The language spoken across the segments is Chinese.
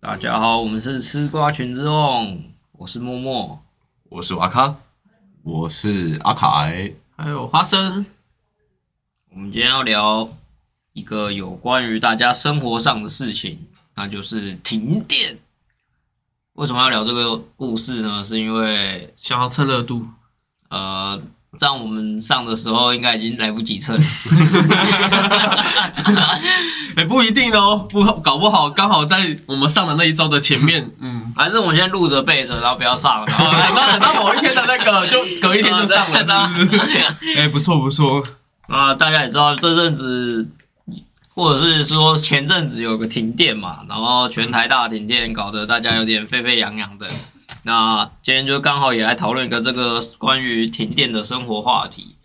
大家好，我们是吃瓜群众，我是默默。我是瓦康，我是阿凯。还有花生，我们今天要聊一个有关于大家生活上的事情，那就是停电。为什么要聊这个故事呢？是因为想要蹭热度，嗯呃，在我们上的时候应该已经来不及测了， 哎、不一定哦，不搞不好刚好在我们上的那一周的前面，嗯，还是我们先录着背着，然后不要上，然后哦，等到等到某一天的那 个，就隔一天就上了，啊是不是？哎、不错不错，啊，大家也知道这阵子，或者是说前阵子有个停电嘛，然后全台大停电，搞得大家有点沸沸扬扬的。那今天就刚好也来讨论一个这个关于停电的生活话题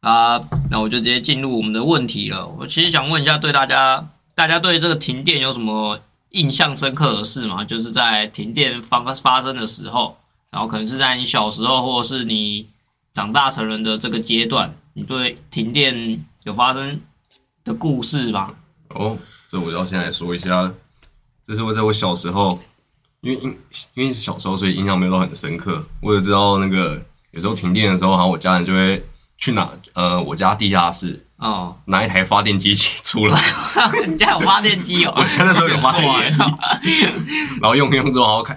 啊，那我就直接进入我们的问题了。我其实想问一下，对大家，大家对这个停电有什么印象深刻的事吗？就是在停电发发生的时候，然后可能是在你小时候，或者是你长大成人的这个阶段，你对停电有发生的故事吗？哦，这我要先来说一下，这是我在我小时候，因为因因为是小时候，所以印象没有到很深刻。我只知道那个有时候停电的时候，然后我家人就会去拿呃我家地下室哦， 拿一台发电机器出 来，你家有发电机哦我家那时候 有发电机，然后用一用之后，然后看，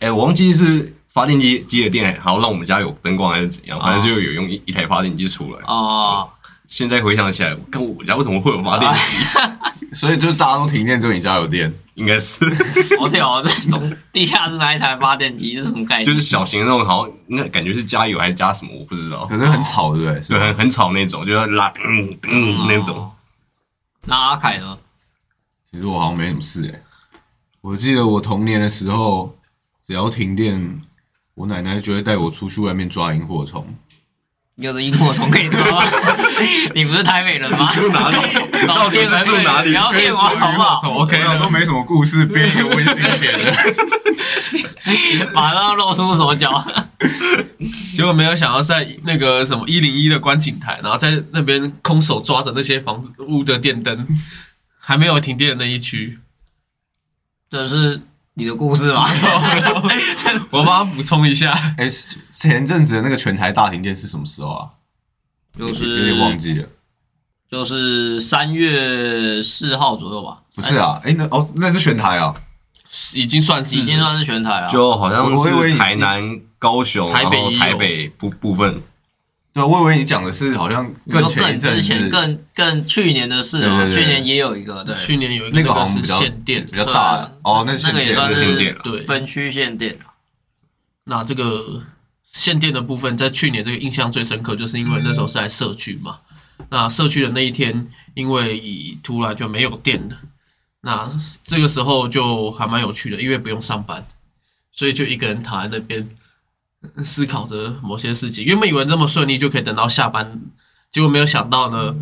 哎、我忘记是发电机接的电，然后让我们家有灯光还是怎样，反正就有用一一台发电机出来。哦，现在回想起来，跟我家为什么会有发电机？ 所以就是大家都停电，只有你家有电。应该 是好屌哦！这从地下室拿一台发电机这是什么概念？就是小型的那种，好像那感觉是加油还是加什么，我不知 道可。是很吵，对不对？是对，很很吵那种，就是拉嗯嗯那种。哦。那阿凯呢？其实我好像没什么事哎、我记得我童年的时候，只要停电，我奶奶就会带我出去外面抓萤火虫。有的萤火虫可以抓 吗？你不是台北人吗？住哪里？找店到底是住哪里不要骗我好不好？从哦 OK 哎哦我想说的，没什么故事，编一个温馨一点 的。马上露出手脚。结果没有想到在那个什么一零一的观景台，然后在那边空手抓着那些房子屋的 电灯，还没有停电的那一区，这是你的故事 吗？我帮他补充一下，哎、前阵子的那个全台大停电是什么时候啊？就是有点忘记了。就是三月四号左右吧，不是啊，哎、那哦，那是全台啊。已经算是已经算是全台啊。就好像我以为是你台南、高雄，台然北后也有台北部部分，对啊，我以为你讲的是好像你说更前一更阵之前、子，更更去年的事啊，对对对去年也有一个对，去年有一个那个那好个像是比较限电比，较大对啊的。哦，那是那个也限电算那是是限电了对，分区限电啊那这个限电的部分，在去年这个印象最深刻，就是因为那时候是在社区嘛。那社区的那一天，因为突然就没有电了，那这个时候就还蛮有趣的，因为不用上班，所以就一个人躺在那边思考着某些事情。原本以为那么顺利就可以等到下班，结果没有想到呢，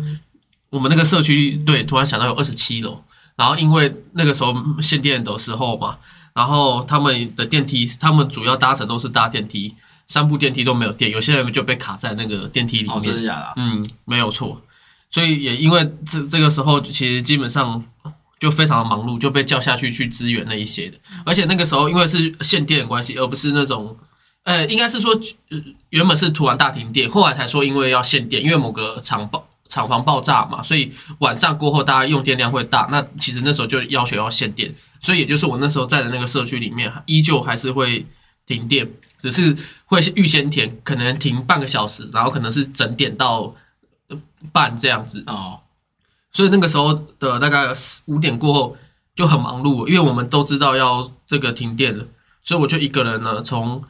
我们那个社区对突然想到有二十七楼，然后因为那个时候限电的时候嘛，然后他们的电梯，他们主要搭乘都是搭电梯，三部电梯都没有电，有些人就被卡在那个电梯里哦，真面。的假的啊？嗯，没有错。所以也因为这这个时候，其实基本上就非常的忙碌，就被叫下去去支援那一些的。而且那个时候因为是限电的关系，而不是那种，呃，应该是说、呃原本是突然大停电，后来才说因为要限电，因为某个厂爆厂房爆炸嘛，所以晚上过后大家用电量会大。那其实那时候就要求要限电，所以也就是我那时候在的那个社区里面，依旧还是会停电，只是会预先停，可能停半个小时，然后可能是整点到呃半这样子。哦，所以那个时候的大概五点过后就很忙碌，因为我们都知道要这个停电了，所以我就一个人呢从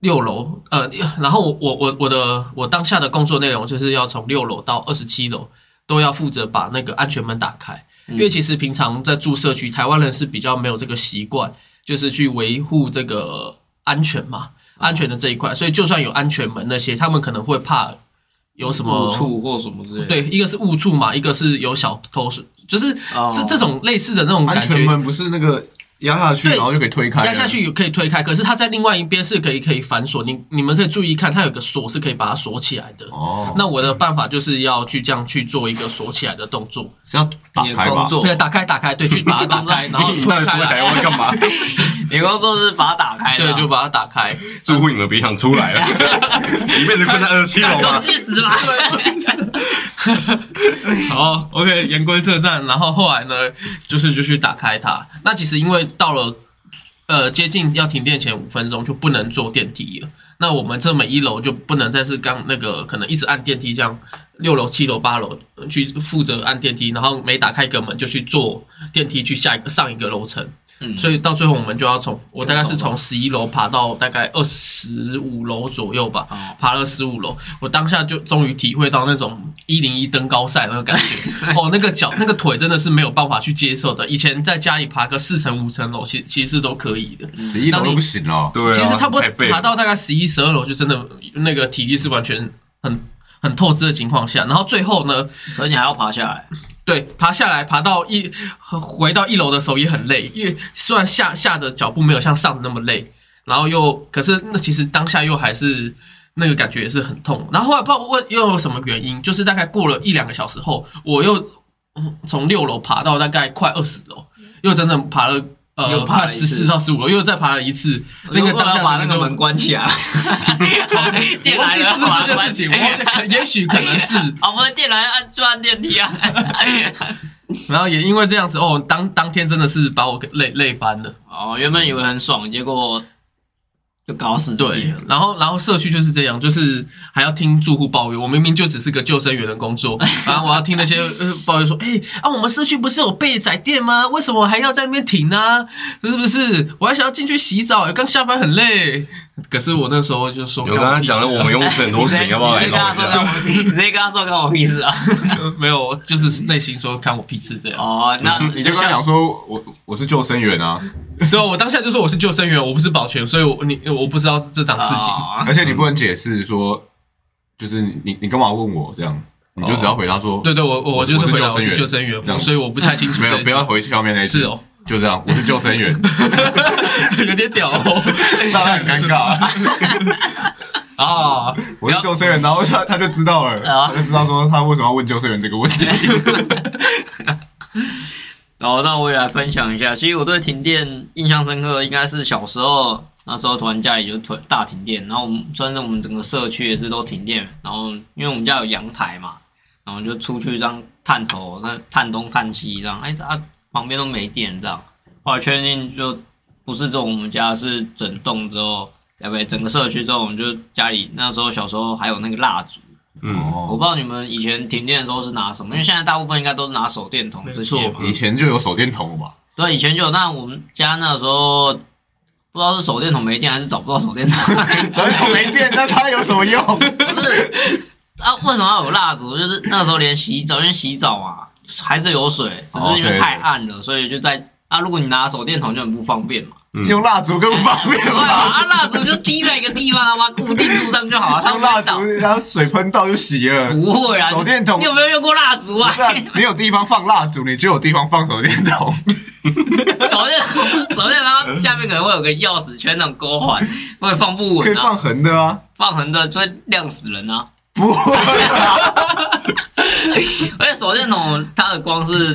六楼，呃，然后我我我我的我当下的工作内容就是要从六楼到二十七楼都要负责把那个安全门打开，嗯因为其实平常在住社区，台湾人是比较没有这个习惯，就是去维护这个安全嘛，安全的这一块，所以就算有安全门那些，他们可能会怕有什么误触或什么之类的。对，一个是误触嘛，一个是有小偷，就是这、哦这种类似的那种安感全觉。门不是那个压下去，对然后就可以推开了，压下去有可以推开，可是它在另外一边是可以可以反锁。你你们可以注意看，它有个锁是可以把它锁起来的。哦，那我的办法就是要去这样去做一个锁起来的动作，是要打你的开吧工？作对，，打开打开，对，去把它打开，然后你推到底开说台来，湾干 嘛？你的工作是把它打开的啊，对，就把它打开。住户你们别想出 来了，一辈子困在二十七楼啊都吧。去死吧！好，OK，言归正传。然后后来呢，就是就去打开它。那其实因为到了呃接近要停电前五分钟就不能坐电梯了。那我们这每一楼就不能再是刚那个可能一直按电梯这样，六楼、七楼、八楼呃去负责按电梯，然后每打开一个门就去坐电梯去下一个上一个楼层。嗯所以到最后我们就要从我大概是从十一楼爬到大概二十五楼左右吧，哦爬了十五楼，我当下就终于体会到那种一零一登高赛那个感 觉，哦，那个脚那个腿真的是没有办法去接受的。以前在家里爬个四层五层楼，其其实是都可以的。十一楼都不行了，对啊，其实差不多太废了爬到大概十一、十二楼，就真的那个体力是完全很很透支的情况下，然后最后呢，可是你还要爬下来，对，爬下来，爬到一回到一楼的时候也很累，因为虽然下下的脚步没有像上的那么累，然后又可是那其实当下又还是那个感觉也是很痛。然后后来不知道问又有什么原因，就是大概过了一两个小时后，我又嗯从六楼爬到大概快二十楼，又真正爬了。呃，又爬快了一十次四到十五楼，又再爬了一次。那个当大下把那真的个就门关起来，电我忘来了记是不是这件 事情，我忘把它关记可也许可能是，啊，不是电来按就按电梯啊，然后也因为这样子，哦，当当天真的是把我给累累翻了。哦，原本以为很爽，结果就搞死自己对了。，然后然后社区就是这样，就是还要听住户抱怨。我明明就只是个救生员的 工作，然后我要听那些呃抱怨说，哎、啊，我们社区不是有被宰店吗？为什么我还要在那边停呢、是不是？我还想要进去洗澡，刚下班很累。可是我那时候就说，我刚刚讲了，干我屁们用很多你直钱，接要不要来你直接跟弄他一说下？干我屁 你直接跟他说干我屁事啊！事啊 没有，就是内心说看我屁事这样。 哦， 那你就跟他讲说，我我是救生员啊，对，我当下就说我是救生员，我不是保全，所以我你我不知道这档事情。哦而且你不能解释说，就是你你干嘛问我这样？你就只要回答说，哦对对，我我我我是就是我是回答救生我是员救生员这，样所以我不太清楚没这有件不要回上面那一事句是哦，就这样，我是救生员， 有点 屌哦。那很尴尬。啊，我是救生员，然后他他就知道了，啊他就知道说他为什么要问救生员这个问题。然后哦那我也来分享一下，其实我对停电印象深刻，应该是小时候那时候突然家里就突大停电，然后我们算是我们整个社区也是都停电，然后因为我们家有阳台嘛，然后就出去这样探头，那探东探西这样，哎啊旁边都没电这样，后来确定就不是这种我们家是整栋之后，哎不对，整个社区之后，我们就家里那时候小时候还有那个蜡烛，嗯，哦我不知道你们以前停电的时候是拿什么，因为现在大部分应该都是拿手电筒这些没错嘛。以前就有手电筒了吧？对，以前就有，但我们家那时候不知道是手电筒没电还是找不到手电筒， 手电筒没电，那它有什么用？不是啊？为什么要有蜡烛？就是那时候连洗澡，因为洗澡嘛还是有水，只哦是因为太暗了，所以就在啊，如果你拿手电筒就很不方便嘛。 嗯用蜡烛更方便对吧？吧？啊，蜡烛就滴在一个地方，他妈固定住上就好了。啊它用不蜡会倒烛，然后水喷到就洗了。 不会啊。手电筒你有没有用过蜡烛啊？不然你有地方放蜡烛，你就有地方放手电筒。手电筒，手电筒下面可能会有个钥匙圈那种勾环，会放不可以稳啊放，横的啊，放横的就会亮死人啊。不会啊，而且手电筒它的光是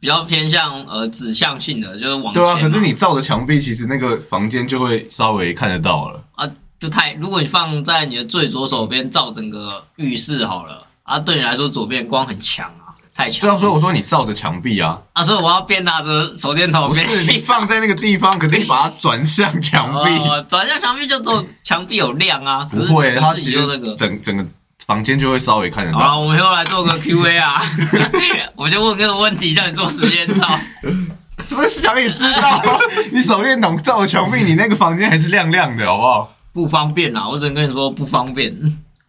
比较偏向呃指向性的，就是往前对嘛。啊。可是你照着墙壁，其实那个房间就会稍微看得到了。啊，就太如果你放在你的最左手边照整个浴室好了啊，对你来说左边光很强啊，太对啊，强所以我说你照着墙壁啊，啊，所以我要边拿着手电筒不边 是你放在那个地方，可是你把它转向墙壁，哦转向墙壁就只有墙壁有亮啊，不会，他它自其己就那实个。哦整整个房间就会稍微看得 好 了，到。我们又来做个 Q&A 啊， 我就问个问题，叫你做时间操。 这想也知道啊，你手电筒照着墙壁，你那个房间还是亮亮的，好不好？不方便啊啦，我只能跟你说不方便。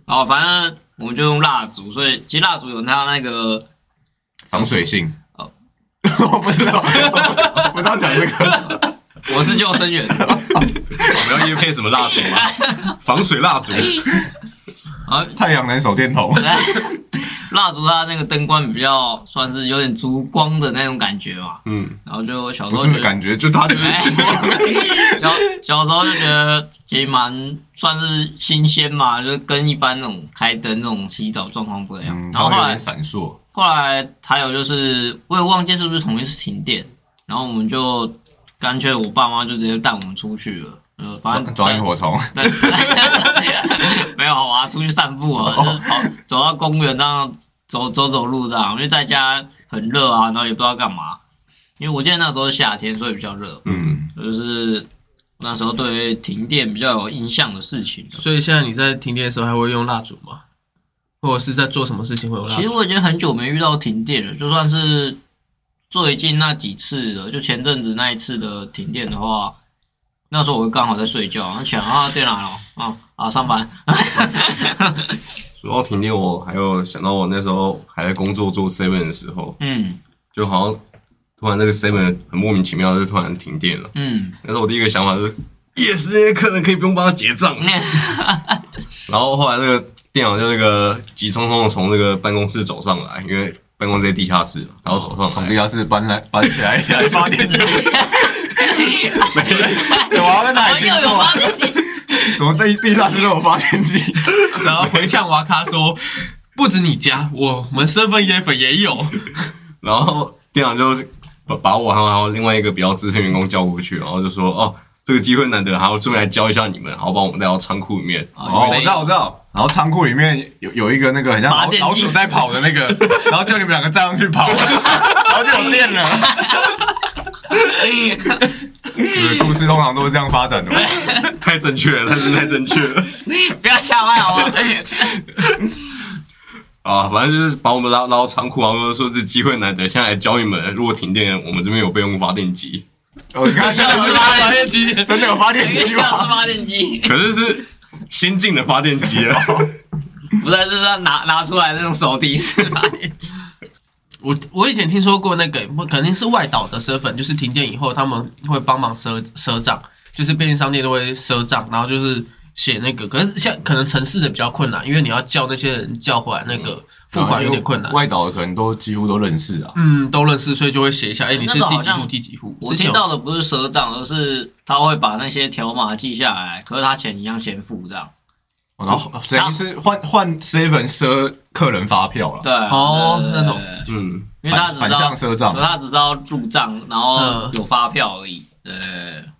哦，反正我们就用蜡烛，所以其实蜡烛有它那个防水性。哦 我不知道，我不知道讲这 个。我是救生员， 我们要夜配什么蜡烛 吗？防水蜡烛，啊，哦太阳能手电筒， 蜡烛它那个灯光比较算是有点烛光的那种感觉嘛，嗯，然后就小时不候是觉没得，感觉，就他就是哎 小小时候就觉得其实蛮算是新鲜嘛，就是跟一般那种开灯这种洗澡状况不一样。嗯，然他后会哎后有来点闪烁，后来还有就是，我也忘记是不是同一次停电，然后我们就干脆我爸妈就直接带我们出去了。呃，反正抓抓萤火虫，但 没有啊，出去散步啊，就是跑走到公园这样走走走路这样，因为在家很热啊，然后也不知道干嘛。因为我记得那时候是夏天，所以比较热，嗯，就是那时候对于停电比较有印象的事情。啊所以现在你在停电的时候还会用蜡烛吗？或者是在做什么事情会有蜡其实烛？我已经很久没遇到停电了，就算是最近那几次了，就前阵子那一次的停电的话，那时候我刚好在睡觉，然后起来啊电来了，嗯啊上班，说到停电，我还有想到我那时候还在工作做 seven 的时候，嗯就好像突然这个 seven 很莫名其妙就突然停电了。嗯，那时候我第一个想法是，yes，那些客人可以不用帮他结账。然后后来那个电脑就那个急匆匆的从那个办公室走上来，因为办公室在地下室嘛，然后走嗯上哦从来地。下室搬来搬 起来来发电机，没有，我啊要跟他哦又有发电机，什么地地下室都有发电机，然后回向娃咖 说，不止你家，我们身份椰粉也有。然后店长就把把我还有还有另外一个比较资深员工叫过去，然后就说：“哦，这个机会难得，还要顺便来教一下你们，然后把我们带到仓库里面。啊哦，我知道，我知道。然后仓库里面有有一个那个很像拔老电机老鼠在跑的 那个，然后叫你们两个站上去跑，然后就有 电了。对故事通常都是这样发展的嘛。太正确了，太真的太正确了 不要吓歪 好吗？啊！反正就是把我们拉拉到仓库，然后说这机会难得，现在来教你们，如果停电，我们这边有备用发电机。我看真的是发发电机，真的有发电机是 吗？发电机，可是是先进的发电机啊。不是就是要拿拿出来那种手提式发电机，我我以前听说过那个，不肯定是外岛的赊粉，就是停电以后他们会帮忙赊赊账，就是便利商店都会赊账，然后就是写那个。可是像可能城市的比较困难，因为你要叫那些人叫回来，那个付款有点困难。外岛的可能都几乎都认识啊。嗯，都认识，所以就会写一下，哎、你是那个第好几像户第几 户？我之听前有到的不是赊账，而是他会把那些条码记下来，可是他钱一样先付这样。然后 所以是换换 seven 赊客人发票了，对，哦对那种，对对嗯，因为他反只反知道向赊账对，。他只知道入账，然后嗯有发票而已。对，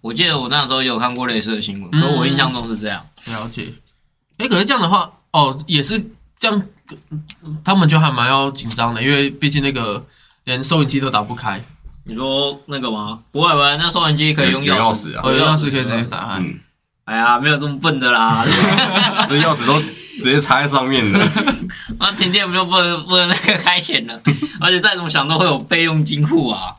我记得我那时候有看过类似的新闻，嗯可我印象中是这样。了解。哎、可是这样的话，哦，也是这样，嗯他们就还蛮要紧张的，因为毕竟那个连收银机都打不开，你说那个吗？不会不会，那收银机可以用有钥钥匙。匙啊哦，有钥匙可以直接打开。嗯，哎呀，没有这么笨的 啦。这钥匙都直接插在上面的。那啊停电不就不能不能那个开钱 了？而且再怎么想都会有备用金库啊，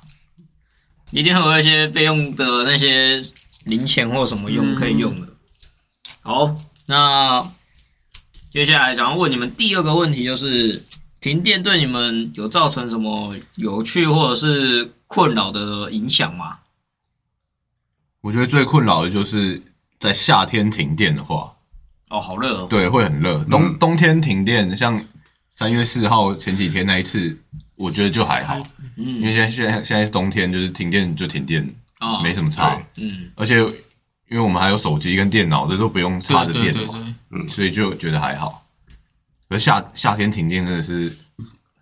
一定会有一些备用的那些零钱或什么用嗯可以用的。好，那接下来想要问你们第二个问题就是，停电对你们有造成什么有趣或者是困扰的影响吗？我觉得最困扰的就是在夏天停电的话，哦，好热哦，对，会很热。冬、嗯冬天停电，像三月四号前几天那一次，我觉得就还好，因为嗯，现在现在现在是冬天，就是停电就停电，哦，没什么差。嗯，而且因为我们还有手机跟电脑，这都不用插着对对电对嘛，对，所以就觉得还好。可是夏夏天停电真的是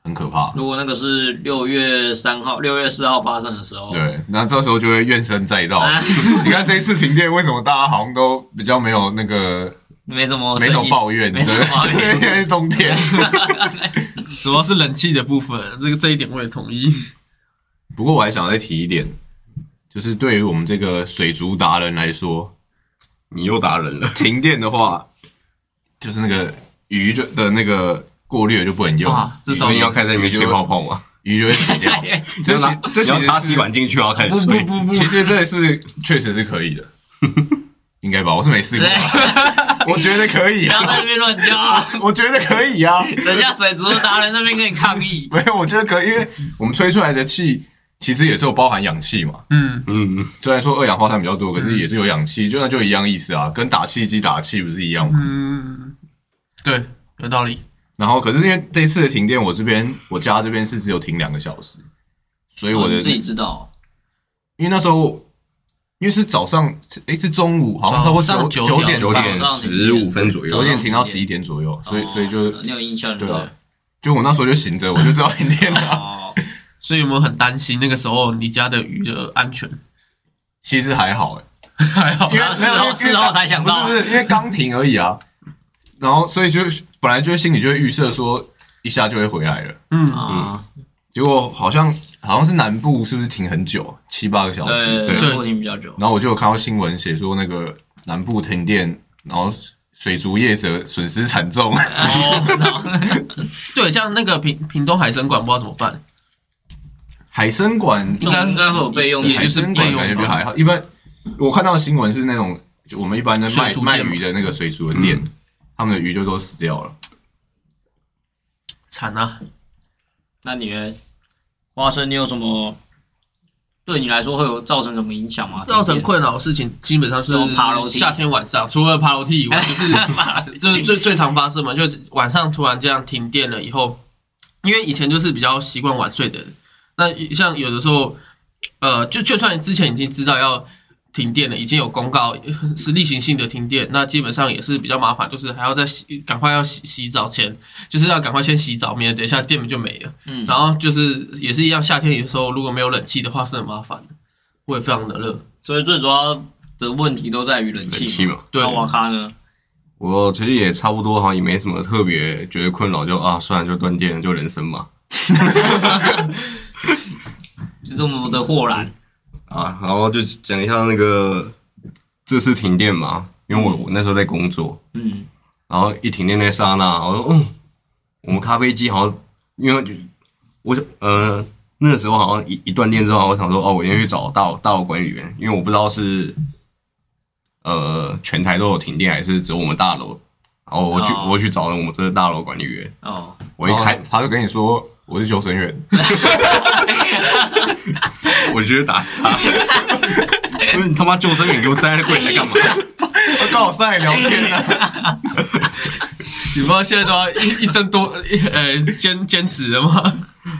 很可怕，如果那个是六月三号、六月四号发生的时候，对，那这时候就会怨声载道。哦啊 你看这一次停电，为什么大家好像都比较没有那个没什么没声什么音 抱怨，哦没什么抱对怨因为冬天。主要是冷气的部分，这个这一点我也同意。不过我还想再提一点，就是对于我们这个水族达人来说，你又打人了，停电的话，就是那个鱼就的那个过滤就不能用，哇这鱼种所以你要开始在里面吹泡泡吗？鱼就会 死掉。这你要拿其这你要其插实吸是管进去，然后开始吹。不其实这是确实是可以的， 应该吧？我是没试过啊，我觉得可以不要啊，在那边乱叫 啊！我觉得可以啊，等下水族达人那边跟你抗议。没有，我觉得可以，因为我们吹出来的气其实也是有包含氧气嘛。嗯，嗯，嗯虽然说二氧化碳比较多，可是也是有氧气，就那就嗯一样意思啊，跟打气机打气不是一样吗？嗯，对，有道理。然后可是因为这一次的停电，我这边我家这边是只有停两个小时，所以我的、哦你自己知道因为那时候因为是早上诶是中午，好像差不早多上九九点九半点十五分左右，九点停到九十点一点左右，所以哦所以就你有印象对啊不对？就我那时候就醒着，我就知道停电了。 哦，所以有没有很担心那个时候你家的鱼的安全？ 其实还好诶，还好，因为然后事没有因后为事后哦才想到不，是不是，因为刚停而已啊。然后所以就本来就心里就会预设说一下就会回来了，嗯，啊，结果好像好像是南部是不是停很久，七八个小时？对对。啊对，过停比较久，然后我就有看到新闻写说那个南部停电，然后水族业者损失惨重。对，这样那个屏屏东海参馆不知道怎么办，海参馆应该应该会有备用也液海就是参馆备用感觉比较吧还好，一般我看到的新闻是那种就我们一般的卖水族店卖嘛鱼的那个水族的店，他们的鱼就都死掉了。惨啊！那你呢？花生，你有什么对你来说会有造成什么影响吗？啊造成困扰的事情基本上是这种爬楼梯夏天晚上，除了爬楼梯 以外，就是这是最最常发生嘛， 就是晚上突然这样停电了以后，因为以前就是比较习惯晚睡的人，那像有的时候，呃，就就算之前已经知道要停电了，已经有公告 是例行性的停电，那基本上也是比较麻烦，就是还要在洗，赶快要洗洗澡前，就是要赶快先洗澡，免得等一下电就没了。嗯然后就是也是一样，夏天有时候如果没有冷气的话是很麻烦的，会非常的热。所以最主要的问题都在于冷冷气气嘛。嘛。对那瓦卡呢？我其实也差不多，好像也没什么特别觉得困扰，就啊，算了，就断电了，就人生嘛。就这么的豁然，啊，然后就讲一下那个这次停电嘛，因为我我那时候在工作，嗯，然后一停电那刹那，我说嗯，我们咖啡机好像因为我想呃那时候好像一一断电之后，我想说哦，我先去找大楼大楼管理员，因为我不知道是呃全台都有停电还是只有我们大楼，然后我去、哦我去找了我们这个大楼管理员，哦，我一开然后他就跟你说我是救生员，我就觉得打死他， 不是你他妈救生员给我站在柜台干嘛？我刚好上来聊天啊呢、你们现在都要一一生多呃兼兼职了吗？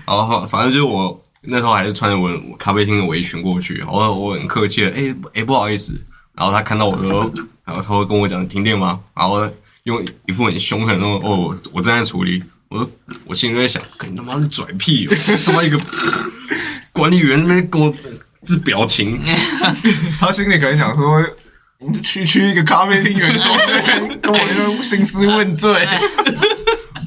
然后反正就是我那时候还是穿着我我咖啡厅的围裙过去，然后我很客气的，哎、哎、不好意思，然后他看到我的时候，然后他会跟我讲停电吗？然后用一副很凶狠的那种，哦，我我正在处理，我说我心里在想，干你他妈是拽屁哦，他妈一个管理员那边跟我这表情， 他心里可能想说。你区区一个咖啡厅员工，跟我这边兴师问罪，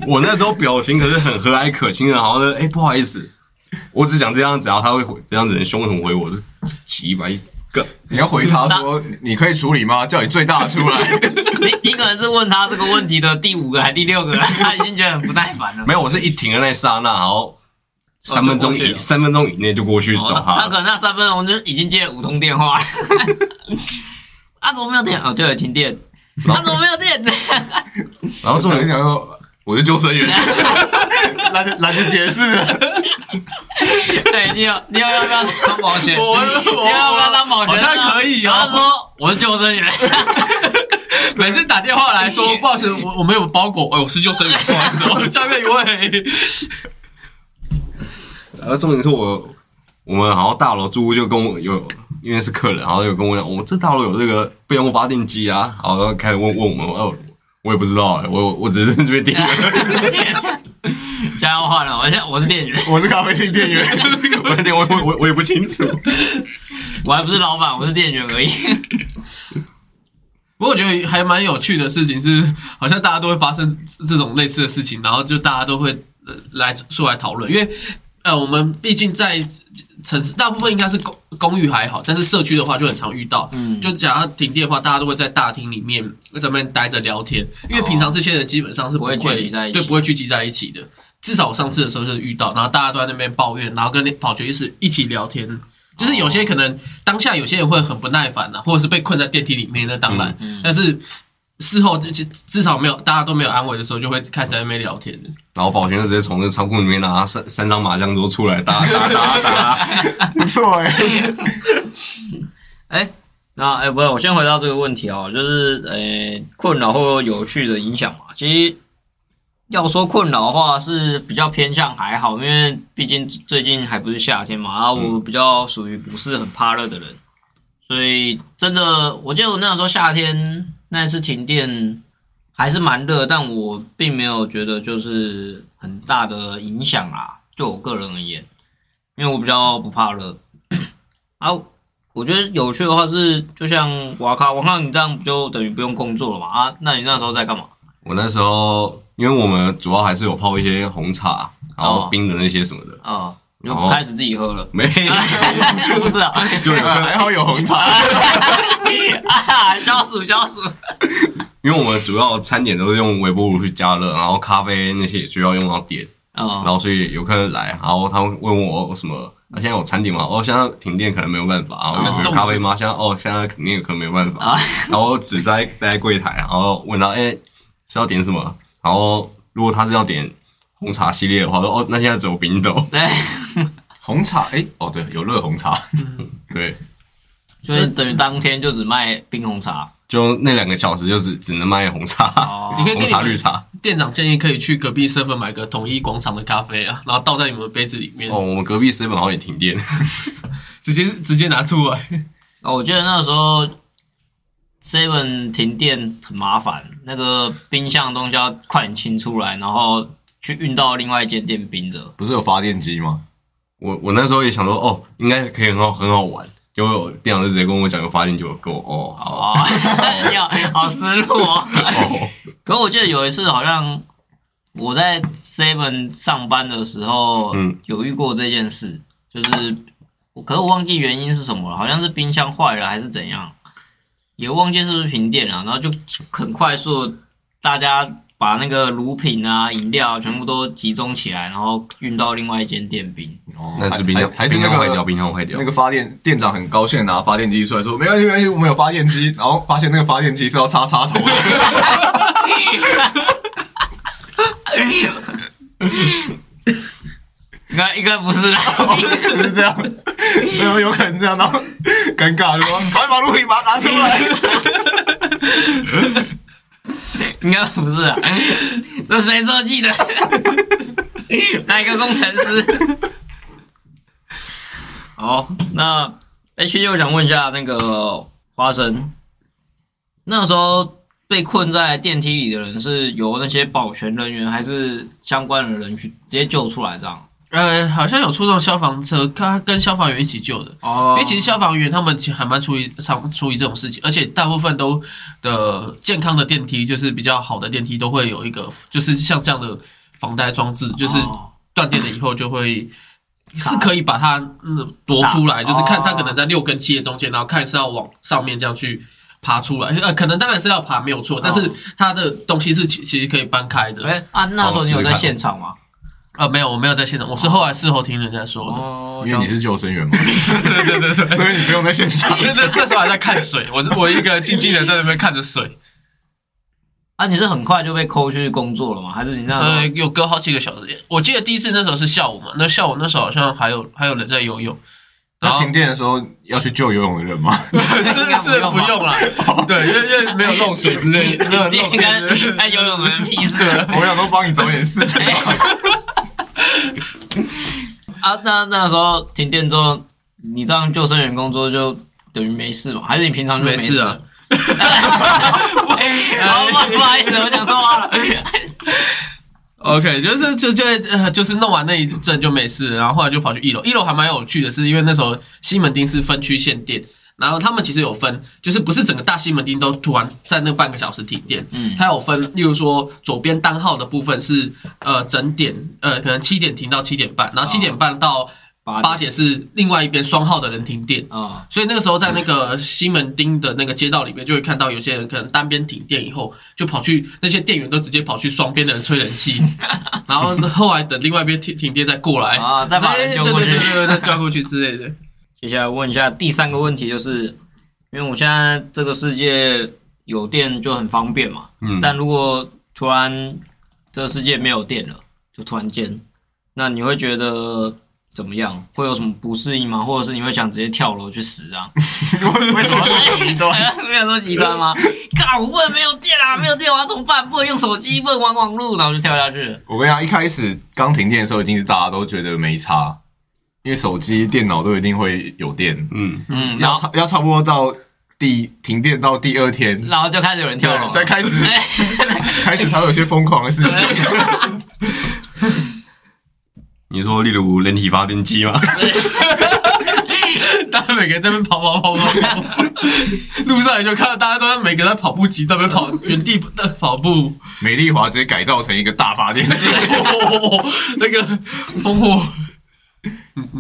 我那时候表情可是很和蔼可亲的，然后呢，哎、不好意思，我只讲这样子，然后他会回这样子很凶狠回我，就起一百一个。你要回他说你可以处理吗？叫你最大的出来。 你你可能是问他这个问题的第五个还第六个，他已经觉得很不耐烦了。没有，我是一停的那一刹那，然后三分钟就哦过去以了三分钟以内就过去哦找那他那可。能那三分钟就已经接了五通电话 了。啊，怎么没有电？哦，对了，停电。啊，怎么没有电？ 然后我重总点想说我是救生 员，懒得懒得解释了。对，你有你有要不要当保险？ 我 你要不要当保全？好像可以然后啊他。说我是救生员， 每次打电话来说，不好意思，我我没有包裹，哎，我是 救生员，不好意思，我下面一位。然后重点是我我们好像大楼住户就跟我有，因为是客人，然后就跟我讲，我们这大楼有这个备用发电机啊，然后开始问问我们，哦，我也不知道、哎我我只是在这边订，加油换了，我现在我是店员， 我是咖啡厅店员， 我在订我我我我也不清楚。我还不是老板，我是店员而已。不过我觉得还蛮有趣的事情是，好像大家都会发生这这种类似的事情，然后就大家都会呃来出来讨论，因为呃，我们毕竟在城市，大部分应该是公公寓还好，但是社区的话就很常遇到，嗯就假如停电的话，大家都会在大厅里面在那边待着聊天，因为平常这些人基本上是不会会聚集在一起对，不会聚集在一起的。至少我上次的时候就是遇到，然后大家都在那边抱怨，然后跟那跑去是一起聊天。就是有些可能当下有些人会很不耐烦呐、啊或者是被困在电梯里面，那当然，嗯嗯但是事后就至至少没有大家都没有安慰的时候，就会开始在那边聊天的。然后保全就直接从那仓库里面拿三三张麻将桌出来打打 打打，不错哎、哎，那哎，不是，我先回哎到这个问题哦，就是呃，困扰或有趣的影响嘛。其实要说困扰的话，是比较偏向还好，因为毕竟最近还不是夏天嘛，然后我比较属于不是很怕热的人，所以真的，我记得我那时候夏天那一次停电还是蛮热，但我并没有觉得就是很大的影响啊，就我个人而言，因为我比较不怕热 啊。我觉得有趣的话是，就像瓦卡，瓦卡你这样不就等于不用工作了嘛？啊，那你那时候在干嘛？我那时候因为我们主要还是有泡一些红茶，然哦后冰的那些什么的，啊，你哦。就开始自己喝了 没不是啊，就 有还好有红 茶，啊，消暑消暑。因为我们主要餐点都是用微波炉去加热，然后咖啡那些也需要用到电，然哦，后所以有客人来，然后他们问我什么，啊、现在有餐点吗？哦，现在停电可能没有办法，然后有咖啡吗？现在哦，现在肯定可能没有办法，啊然后我只在待在柜台，然后问他，哎、是要点什么？然后如果他是要点红茶系列的话，说哦，那现在只有冰豆， 对，红茶哎、哦对，有热红茶， 对，所以等于当天就只卖冰红茶。就那两个小时就只只能卖红茶，哦你可以红跟你茶们绿茶。店长建议可以去隔壁 seven 买个统一广场的咖啡啊，然后倒在你们的杯子里面，哦，我们隔壁 seven 好像也停电，直接直接拿出来。 哦，我记得那时候 Seven 停电很麻烦，那个冰箱的东西要快点清出来，然后去运到另外一间店冰着。不是有发电机吗？我我那时候也想说，哦，应该可以很好很好玩，结果店长就直接跟我讲，有发电就够哦，好啊，哦， 要好失落哦。哦，可我记得有一次，好像我在 Seven 上班的时候，嗯有遇过这件事，就是，可是我忘记原因是什么了，好像是冰箱坏了还是怎样，也忘记是不是停电了、然后就很快速，大家把那个乳品啊、饮料全部都集中起来，然后运到另外一间店冰。哦那还是冰箱，还还是那冰箱坏掉，个冰箱坏掉那，个发电店长很高兴地拿发电机出来说没关系没关系，我们有发电机，然后发现那个发电机是要插插头的， 应该应该不是啦，就是这样，没有有可能这样，然后尴尬就说快把录屏把它拿出 来， 应该不是啦，这谁设计的？ 哪一个工程师？ 好，那哎，其实我想问一下那个花生，那时候被困在电梯里的人是由那些保全人员还是相关的人去直接救出来这样？呃，好像有出动消防车，他跟消防员一起救的。哦因为其实消防员他们其实还蛮注意常注意这种事情，而且大部分都的呃健康的电梯，就是比较好的电梯，都会有一个就是像这样的防呆装置，就是哦断电了以后就会是可以把它嗯夺出来，打就是看哦它可能在六跟七的中间，然后看是要往上面这样去爬出来，呃，可能当然是要爬没有错，但是它的东西是其其实可以搬开的。哎啊，那时候你有在现场吗？呃，没有，我没有在现场，我是后来事后听人家说的。哦因为你是救生员嘛，对对对 对。所以你不用在现场。 那那那时候还在看水，我我一个静静的在那边看着水，啊，你是很快就被抠去工作了吗？还是你那时候呃，有隔好几个小时。我记得第一次那时候是下午嘛，那下午那时候好像还有还有人在游泳，然那后停电的时候要去救游泳的 人吗？应 是该是不不用用啦，对，因为因为没有漏水之类的，没有漏哦 你水之类跟的哎游泳的人屁事？我想说帮你找点事情。 啊，那那时候停电之后，你这样救生员工作就等于没事嘛？还是你平常就没事啊 了？好不好不好意思，我讲错 话了。 OK，就是就就呃，就是弄完那一阵就没事了，然后后来就跑去一楼，一楼还蛮有趣的是，因为那时候西门町是分区限电，然后他们其实有分，就是不是整个大西门町都突然在那半个小时停电，嗯它有分，例如说左边单号的部分是呃整点，呃可能七点停到七点半，然后七点半到八点哦是另外一边双号的人停电，啊，所以那个时候在那个西门町的那个街道里面，就会看到有些人可能单边停电以后，就跑去那些店员都直接跑去双边的人吹冷气，然后后来等另外一边停停电再过来啊再把人所以救过去对对对对对再抓过去之类的。接下来问一下第三个问题，就是因为我现在这个世界有电就很方便嘛，嗯，但如果突然这个世界没有电了，就突然间，那你会觉得怎么样？会有什么不适应吗？或者是你会想直接跳楼去死这样？为什么要这么极端？没有说极端吗？靠，我不能没有电啊，没有电我要怎么办？不能用手机，不能玩网络，然后就跳下去了。我跟你讲，一开始刚停电的时候，一定是大家都觉得没差，因为手机、电脑都一定会有电。嗯，嗯，然要后差要差不多到第停电到第二天，然后就开始有人跳楼对了， 再开始哎开始才会有些疯狂的事 情。你说例如人体发电机 吗？大家每个人在那边跑跑跑跑跑，路上你就看到大家都在每个人在跑步机，在那边跑原地在跑步，美丽华直接改造成一个大 发电机，那个烽火，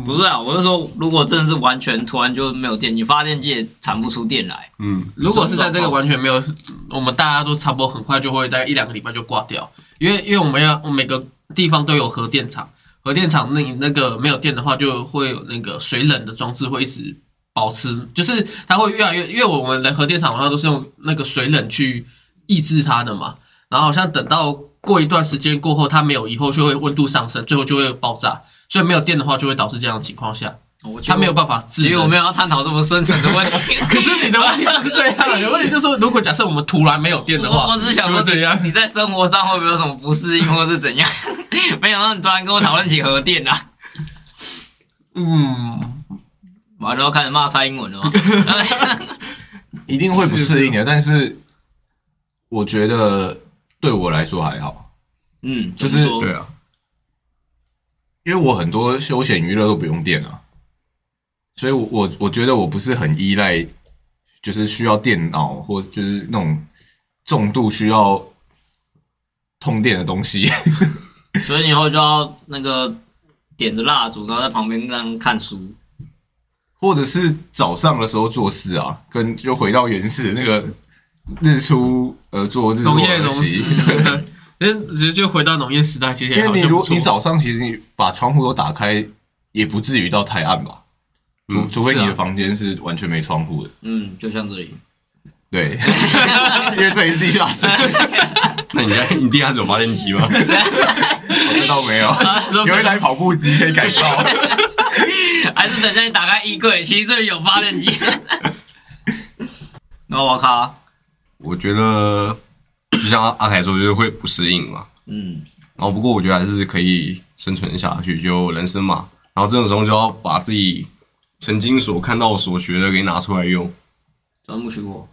不是啊，我是说，如果真的是完全突然就没有电，你发电机也产不出电来，嗯，如果是在这个完全没有，我们大家都差不多很快就会大概一两个礼拜就挂掉，因为因为我们要我们每个地方都有核电厂，核电厂那那个没有电的话，就会有那个水冷的装置会一直保持，就是它会越来越，因为我们的核电厂的话都是用那个水冷去抑制它的嘛，然后好像等到过一段时间过后，它没有以后就会温度上升，最后就会爆炸，所以没有电的话就会导致这样的情况下，我觉得它没有办法其制实我冷没有要探讨这么深层的问题，可是你的问题就是这样，你的问题就是说，如果假设我们突然没有电的话， 我我只是想说就会这样。你在生活上会不会有什么不适应，或是怎样？ 没想到你突然跟我讨论起核电啊，嗯，完了后开始骂蔡英文了 吗。一定会不适应的。但是我觉得对我来说还好，嗯，就怎是么说啊，因为我很多休闲娱乐都不用电啊，所以我我我觉得我不是很依赖，就是需要电脑或就是那种重度需要通电的东西。 所以你以后就要那个点着蜡烛，然后在旁边这样看书。或者是早上的时候做事啊，跟就回到原始那个日出而作，日落农业而农息时。，嗯，直接就回到农业时代，其实 也因好为像你如不果错你早上其实你把窗户都打开，也不至于到太暗吧？除、嗯除非是啊你的房间是完全没窗户的，嗯，就像这里， 对， 因为这里是地下室，那你家你地下室有发电机吗？我知道没有，有一台跑步机可以改造。还是等一下你打开衣柜，其实这里有发电机。 然后我靠， 我觉得就像阿凯说，就是会不适应嘛。嗯，然后不过我觉得还是可以生存下去，就人生嘛。然后这种时候就要把自己曾经所看到、所学的给拿出来用。钻木取火。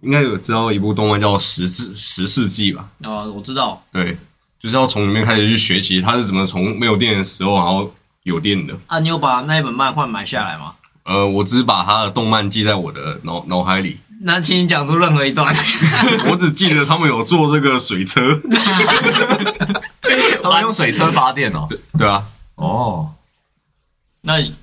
应该有知道一部动漫叫《十世十世纪》吧？啊、我知道，对，就是要从里面开始去学习，它是怎么从没有电的时候，然后有电的。啊，你有把那一本漫画买下来吗？呃，我只把它的动漫记在我的脑脑海里， 那请你讲出任何一段。我只记得他们有做这个水车。他们用水车发电哦、对对啊，哦，那你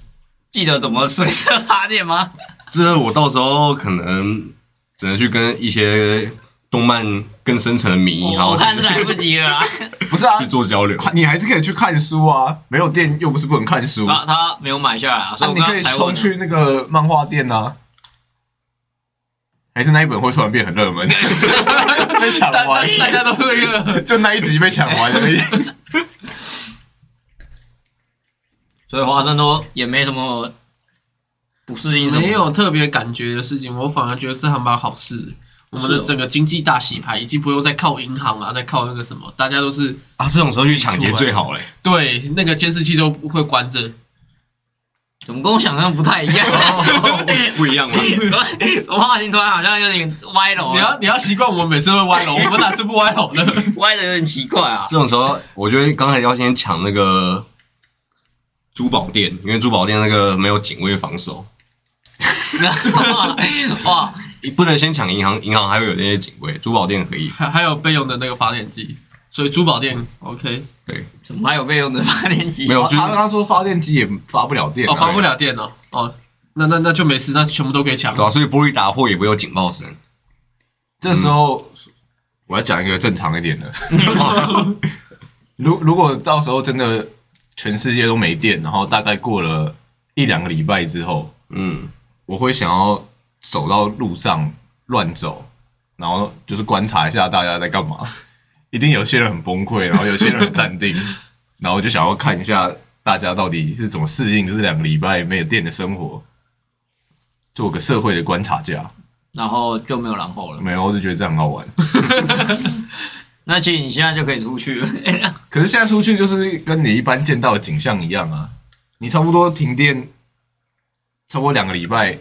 记得怎么水车发电吗？这我到时候可能只能去跟一些动漫更深层的迷，然我后我看去是来不及了啦。不是啊去，做交流。你还是可以去看书啊，没有电又不是不能看书。他他没有买下来啊，所以啊我那你刚可刚以才冲问去那个漫画店啊，还是那一本会突然变很热门，被抢大大完，大家都那个，就那一集被抢完而已。所以华盛顿也没什么不适应什么。没有特别感觉的事情，我反而觉得是还蛮好事。我们的哦整个经济大洗牌，已经不用再靠银行啊，再靠那个什么，大家都是啊，这种时候去抢劫最好嘞。对那个监视器都不会关着，怎么跟我想象不太一样？ 不一样啊吗？什么话题突然好像有点歪哦楼你要了，你要习惯我们每次会歪楼，我们哪次不歪楼的？歪的有点奇怪啊。这种时候，我觉得刚才要先抢那个珠宝店，因为珠宝店那个没有警卫防守，哇，你不能先抢银行，银行还会有那些警卫，珠宝店可以。 还还有备用的那个发电机，所以珠宝店 OK，对，怎么还有备用的发电机？没有他就是啊他他说发电机也发不了电、啊，哦，发不了电哦，哦，那那那就没事，那全部都可以抢对。啊，所以玻璃打破也不会有警报声。这时候、我要讲一个正常一点的， 如如果到时候真的全世界都没电，然后大概过了一两个礼拜之后，嗯，我会想要走到路上乱走，然后就是观察一下大家在干 嘛。一定有些人很崩溃，然后有些人很淡定，然后我就想要看一下大家到底是怎么适应这两个礼拜没有电的生活，做个社会的观察家。然后就没有然后了。没有，我只觉得这样很好玩。那其实你现在就可以出去了。 可是现在出去就是跟你一般见到的景象一样啊，你差不多停电，差不多两个礼拜，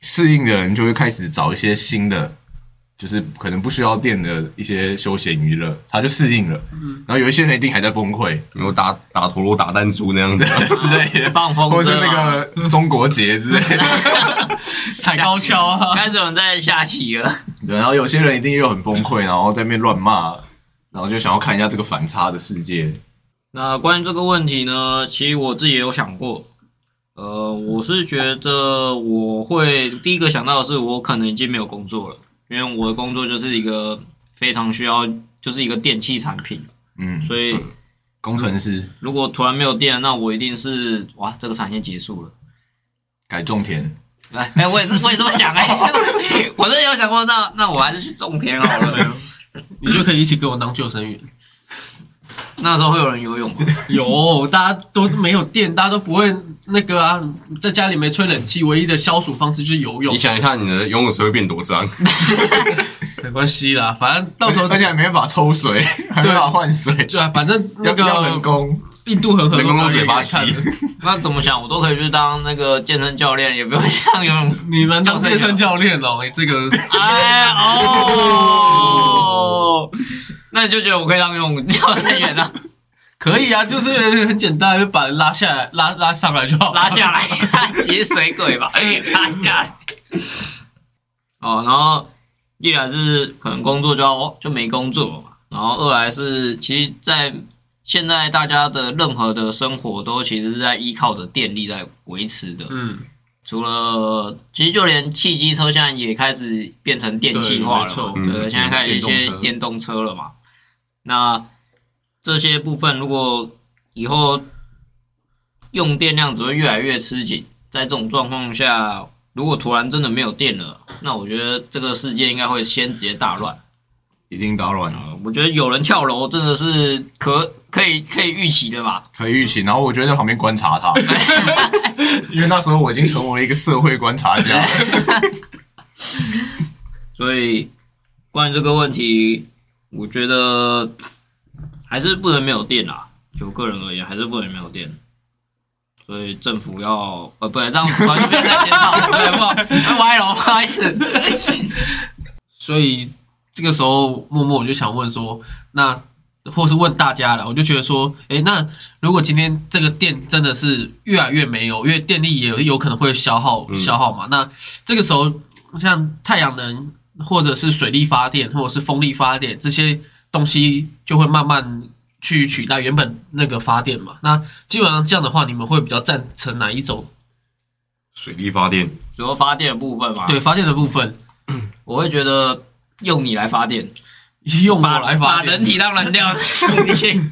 适应的人就会开始找一些新的，就是可能不需要电的一些休闲娱乐，他就适应了。嗯然后有一些人一定还在崩溃有没有打打陀螺、打弹珠那 样子？之类的，放风筝啊或者是那个中国结之类 的。踩高 跷啊，开始有人在下棋了，对，然后有些人一定又很崩溃，然后在那边乱骂，然后就想要看一下这个反差的世界。那关于这个问题呢，其实我自己也有想过。呃，我是觉得我会第一个想到的是，我可能已经没有工作了，因为我的工作就是一个非常需要，就是一个电器产品，嗯，所以工程师如果突然没有电，那我一定是哇，这个产业结束了。改种田，来，哎、我也是，我也这么想哎、 我真的有想过，那那我还是去种田好啊了。你就可以一起跟我当救生员。 那时候会有人游泳吗？有，大家都没有电，大家都不会那个啊，在家里没吹冷气，唯一的消暑方式就是游泳你。想一下，你的游泳池会变多脏？ 没关系啦，反正到时候而且还没办法抽水，还没办法换水，对啊，反正那要不要人个工？印度恒河人工用嘴巴看吸了。那怎么想，我都可以去当那个健身教练，也不用像游 泳池。你们当健身教练哦，你这个哎哦，那你就觉得我可以当游泳教练员啊？可以啊，就是很简单，就把人拉下来，拉拉上来就 好，拉下来， 你是水鬼吧？ 拉下来。哦，然后一来是可能工作就要就没工作嘛，然后二来是其实，在现在大家的任何的生活都其实是在依靠着电力在维持的，嗯，除了其实就连汽机车现在也开始变成电气化了嘛，对没错对，嗯现在开始有一些电动车电动车了嘛。那这些部分如果以后用电量只会越来越吃紧，在这种状况下，如果突然真的没有电了，那我觉得这个世界应该会先直接大乱。呃已经打乱了，我觉得有人跳楼真的是可可以可以预期的吧？可以预期。然后我就在旁边观 察他，因为那时候我已经成为一个社会观察家。所以关于这个问题，我觉得还是不能没有电啦。就个人而言，还是不能没有电。所以政府要呃，不，这样完全在检 讨，对不好？歪了，不好意思。所以这个时候，默默我就想问说，那或是问大家了，我就觉得说，诶，那如果今天这个电真的是越来越没有，因为电力也有可能会消耗、嗯消耗嘛，那这个时候像太阳能或者是水力发电或者是风力发电这些东西就会慢慢。去取代原本那个发电嘛？那基本上这样的话，你们会比较赞成哪一种？水力发电，主要发电的部分嘛，对发电的部分，我会觉得用你来发电， 用我把来发把电人体当燃料送进。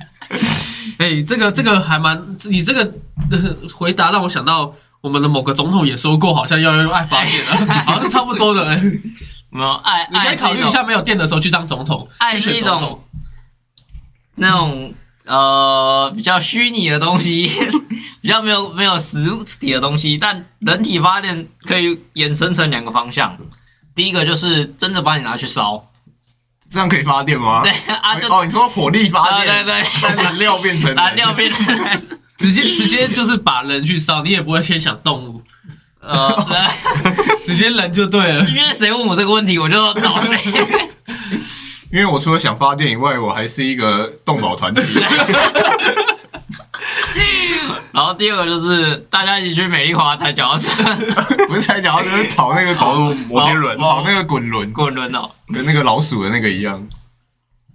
哎、这个这个还蛮，你这个、 呃、回答让我想到我们的某个总统也说过，好像要用爱发电了， 好像差不多的、哎你哎 没有爱，你该考虑一下，没有电的时候去当总统，爱去是选一总种统。那种呃比较虚拟的东西， 比较没有没有实体的东西，但人体发电可以衍生成两个方向。第一个就是真的把你拿去烧，这样可以发电吗？对啊就哦，你说火力发啊电，对对，但燃料 变成燃料变成 直接直接就是把人去烧，你也不会先想动物，呃，直接人就对了。 因为谁问我这个问题，我就找谁。 因为我除了想发电以外，我还是一个动保团体。然后第二个就是大家一起去美丽华踩脚踏车 不是才讲到就是跑那个跑摩天轮跑那个滚轮，滚轮哦。跟那个老鼠的那个一样。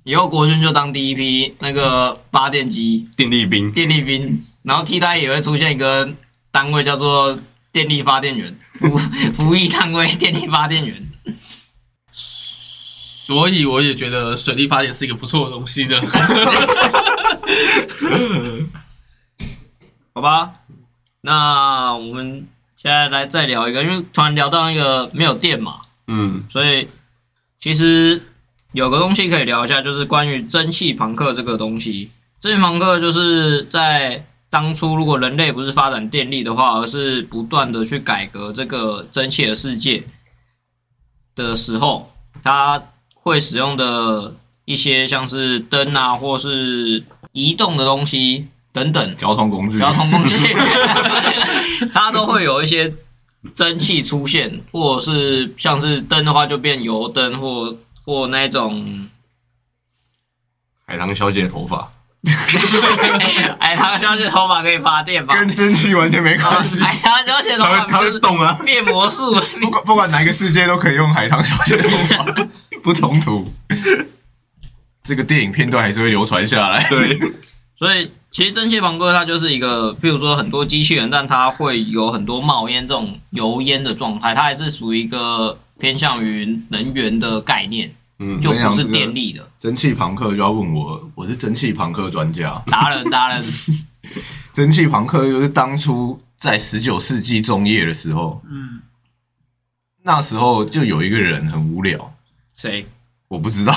以后国军就当第一批那个发电机，电力兵，电力兵，然后替代也会出现一个单位叫做电力发电员，服 服役单位电力发电员。所以我也觉得水力发电是一个不错的东西呢。好吧，那我们现在来再聊一个，因为突然聊到那个没有电嘛，嗯，所以其实有个东西可以聊一下，就是关于蒸汽朋克这个东西。蒸汽朋克就是在当初如果人类不是发展电力的话，而是不断的去改革这个蒸汽的世界的时候，它会使用的一些像是灯啊，或是移动的东西等等，交通工具，交通工具，它都会有一些蒸汽出现，或者是像是灯的话就变油灯，或或那种， 海棠小姐的头发，哎，它像是头发可以发电吧？ 跟蒸汽完全没 关系。哎，它就写头发她会她不会是动啊，变魔术， 不管不管哪一个世界都可以用海棠小姐的头发，不冲突。这个电影片段还是会流传下来。对，所以其实蒸汽朋克它就是一个，譬如说很多机器人，但它会有很多冒烟这种油烟的状态，它还是属于一个偏向于能源的概念，嗯，就不能是量这个电力的。 蒸汽朋克就要问我，我是蒸汽朋克专家。达人，达人，蒸汽朋克就是当初在十九世纪中叶的时候，嗯，那时候就有一个人很无聊，谁？我不知道，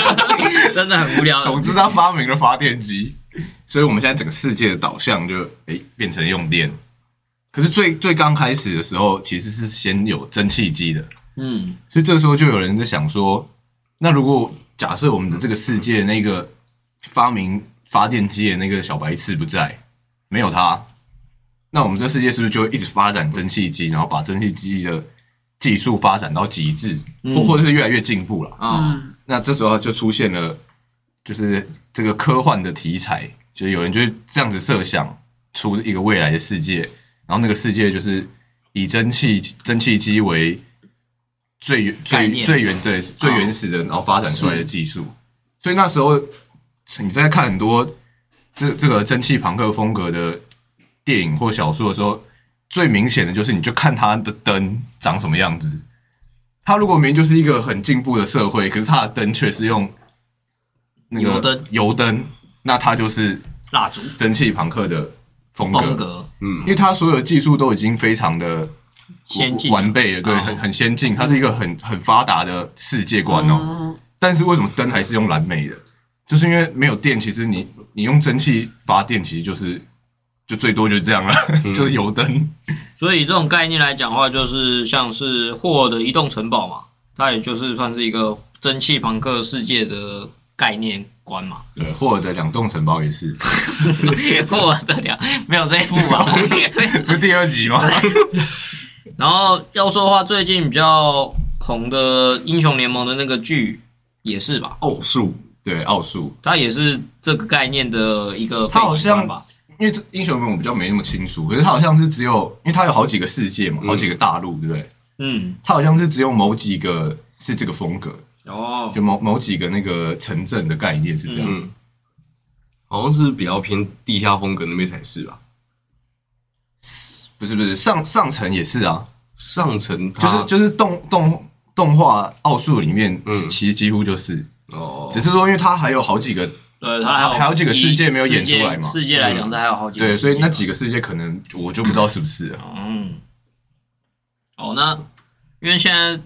真的很无聊。总之他发明了发电机，所以我们现在整个世界的导向就诶、变成用电。可是最最刚开始的时候，其实是先有蒸汽机的，嗯，所以这个时候就有人在想说，那如果假设我们的这个世界那个发明发电机的那个小白痴不在，没有他，那我们这世界是不是就会一直发展蒸汽机，然后把蒸汽机的技术发展到极致，或或者是越来越进步了？嗯哦，那这时候就出现了，就是这个科幻的题材，就是有人就是这样子设想出一个未来的世界，然后那个世界就是以蒸汽蒸汽机为最原概最念最原对最原始的，然后发展出来的技术。所以那时候你在看很多这这个蒸汽朋克风格的电影或小说的时候，最明显的就是你就看它的灯长什么样子。它如果明明就是一个很进步的社会，可是它的灯却是用那个油灯油灯，那它就是蜡烛蒸汽朋克的风格，风格因为它所有的技术都已经非常的先进完备了，对，哦很很先进，它是一个很很发达的世界观嗯哦。哦，但是为什么灯还是用蓝莓的？就是因为没有电，其实你你用蒸汽发电，其实就是就最多就是这样了，啊就是油灯。所以这种概念来讲的话，就是像是霍尔的移动城堡嘛，它也就是算是一个蒸汽朋克世界的概念观 嘛。对，霍尔的两栋城堡也是，霍尔的两没有这一部 吧？不是第二集 吗？然后要说的话，最近比较红的英雄联盟的那个剧也是吧，奥数，对，奥数，它也是这个概念的一个背它好景观像吧。因为这英雄联盟我比较没那么清楚，可是它好像是只有，因为它有好几个世界嘛，好几个大陆，对不对？嗯，它好像是只有某几个是这个风格，哦，就某某几个那个城镇的概念是这样。嗯好像是比较偏地下风格那边才是吧？不是不是，上上层也是啊，上层它就是就是动动动画奥数里面，嗯其实几乎就是，哦只，是说因为它还有好几个，对，它还有还有几个世界没有演出来嘛嗯世界世界来讲，它还有好几个世对，界。所以那几个世界可能我就不知道是不是啊。嗯，哦，那因为现在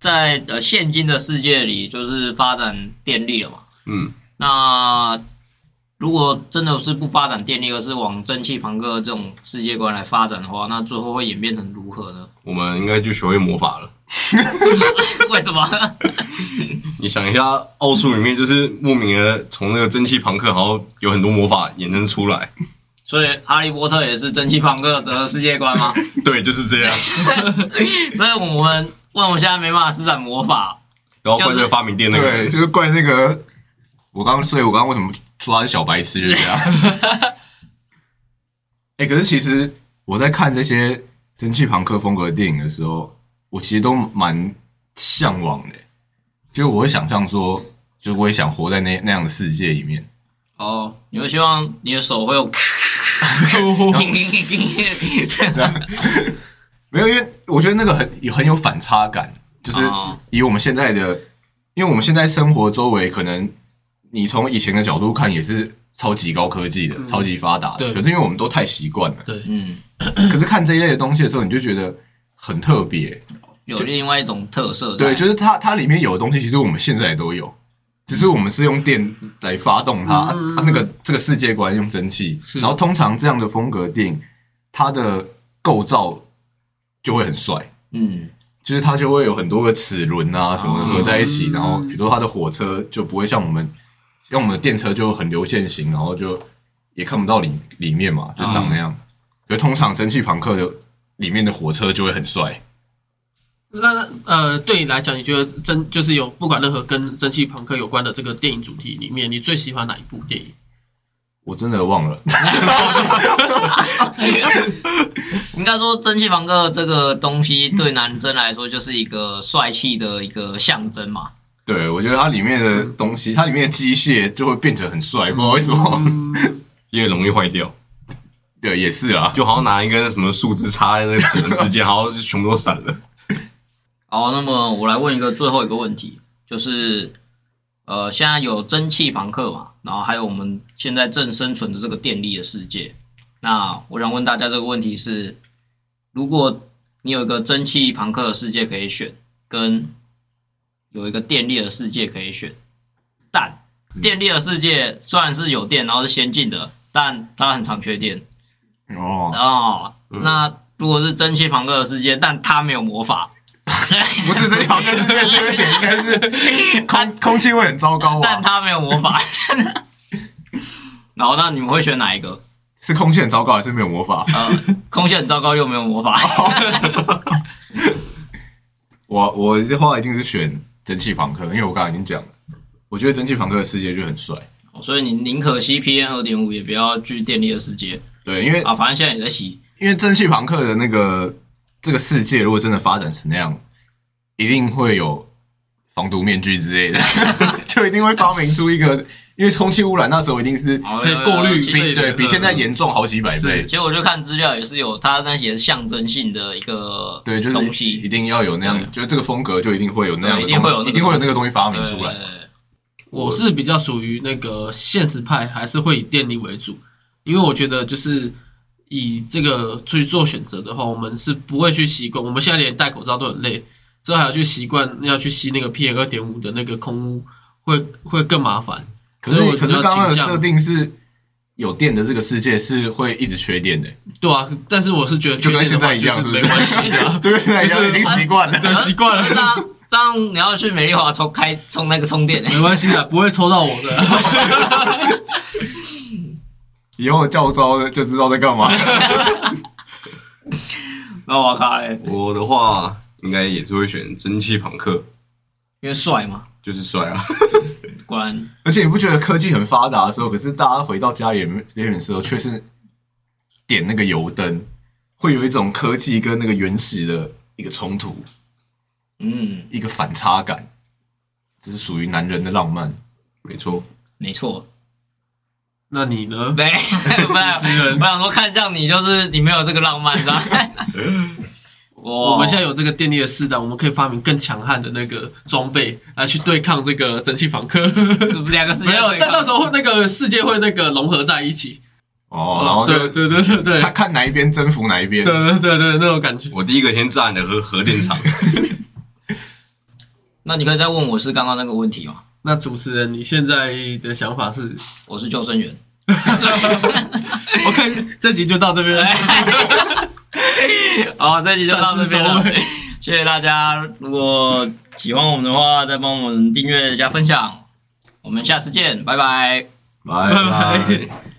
在呃现今的世界里，就是发展电力了嘛。嗯，那如果真的是不发展电力，而是往蒸汽朋克这种世界观来发展的话，那最后会演变成如何呢？ 我们应该去学会魔法了。为什么？ 你想一下，奥数里面就是莫名的从那个蒸汽朋克，好像有很多魔法衍生出来。所以哈利波特也是蒸汽朋克的世界观吗？ 对，就是这样。所以我们问我现在没办法施展魔法，然后怪这个发明店那个对，人，就是怪那个我刚，所以我刚刚为什么说他是小白痴，就是这样。哎、可是其实我在看这些蒸汽朋克风格的电影的时候，我其实都蛮向往的、就我会想象说，就我也想活在那那样的世界里面。哦，你会希望你的手会有嗯哦没有，因为我觉得那个很有很有反差感，就是哦以我们现在的，因为我们现在生活周围，可能你从以前的角度看也是超级高科技的、超级发达的，对可是因为我们都太习惯了，对，嗯，可是看这一类的东西的时候，你就觉得很特别，有另外一种特色在。对，就是它它里面有的东西，其实我们现在也都有，只是我们是用电来发动它，啊啊那个这个世界观用蒸汽，是然后通常这样的风格电影，它的构造就会很帅，嗯，就是它就会有很多个齿轮啊什么的哦合在一起，然后嗯比如说它的火车就不会像我们，像我们的电车就很流线型，然后就也看不到里里面嘛，就长那样。可是通常蒸汽朋克的里面的火车就会很帅，那那呃，对你来讲，你觉得真就是有不管任何跟蒸汽朋克有关的这个电影主题里面，你最喜欢哪一部电影？我真的忘了。 应该说蒸汽朋克这个东西对男生来说就是一个帅气的一个象征嘛。对，我觉得它里面的东西，它里面的机械就会变得很帅，嗯不知道为什么。 也容易坏掉，对，也是啊，就好像拿一根什么树枝插在那个齿轮 之间，然后就全部都散了。好，那么我来问一个最后一个问题，就是呃，现在有蒸汽朋克嘛，然后还有我们现在正生存的这个电力的世界。那我想问大家这个问题是：如果你有一个蒸汽朋克的世界可以选，跟有一个电力的世界可以选，但电力的世界虽然是有电，然后是先进的，但它很常缺电哦，哦。那如果是蒸汽朋克的世界，但它没有魔法，不是这条，但是这个缺点应该是空空气会很糟糕啊但吧？他没有魔 法。然后，那你们会选哪一个？是空气很糟糕，还是没有魔法？呃， 空气很糟糕又没有魔法，我我的话一定是选蒸汽朋克，因为我刚刚已经讲了，我觉得蒸汽朋克的世界就很帅。所以你宁可吸 PM 二点五，也不要去电力的世界对，因为啊。反正现在也在吸，因为蒸汽朋克的那个这个世界，如果真的发展成那样，一定会有防毒面具之类的， 就一定会发明出一个，因为空气污染那时候一定是可以过滤呃其对实对比现在严重好几百倍其。实我就看资料也是有，它那些是象征性的一个对，就是东一西，定要有那样，就是这个风格就一定会有那样的对东一定会有那个西，一定会有那个东西发明对出来。我是比较属于那个现实派，还是会以电力为主，因为我觉得就是以这个去做选择的话，我们是不会去习惯，我们现在连戴口罩都很累，之后还要去习惯要去吸那个 PM 二点五的那个空污，会会更麻烦。可是所以我可比是较刚刚的倾设向定是有电的这个世界是会一直缺 电的，对啊，但是我是觉得就跟缺电的话现在一样就是没是不是，关系 的啊对不对？就是已经习惯了。对，习惯这了，样这样你要去美丽华充开充那个充电、 没关系的，不会抽到我的。 以后教招就知道在 干嘛。那我靠、欸，我的话应该也是会选蒸汽朋克，因为帅嘛，就是帅啊。果然而且你不觉得科技很发达的时候，可是大家回到家里面也的时候，却是点那个油灯，会有一种科技跟那个原始的一个冲突，嗯，一个反差感，这是属于男人的浪漫。没错，没错。那你 呢？对，不然我想说看向你，就是你没有这个浪漫，是 吧？我我们现在有这个电力的试档，我们可以发明更强悍的那个装备来去对抗这个蒸汽朋克。在两个世界没有，但到时候候 那个世界会那个融合在一起。哦，然后对就对对对对看看哪一边征服哪一边。对对对对，那种感觉。我第一个先炸你的核核电厂，那你可以再问我是刚刚那个问题吗？那主持人，你现在的想法是我是救生员。 ？OK，这集就到这边。 好，哎这集就到这边了擅自收尾，谢谢大家。如果喜欢我们的话，再帮我们订阅加分享。我们下次见，拜拜。拜拜拜拜。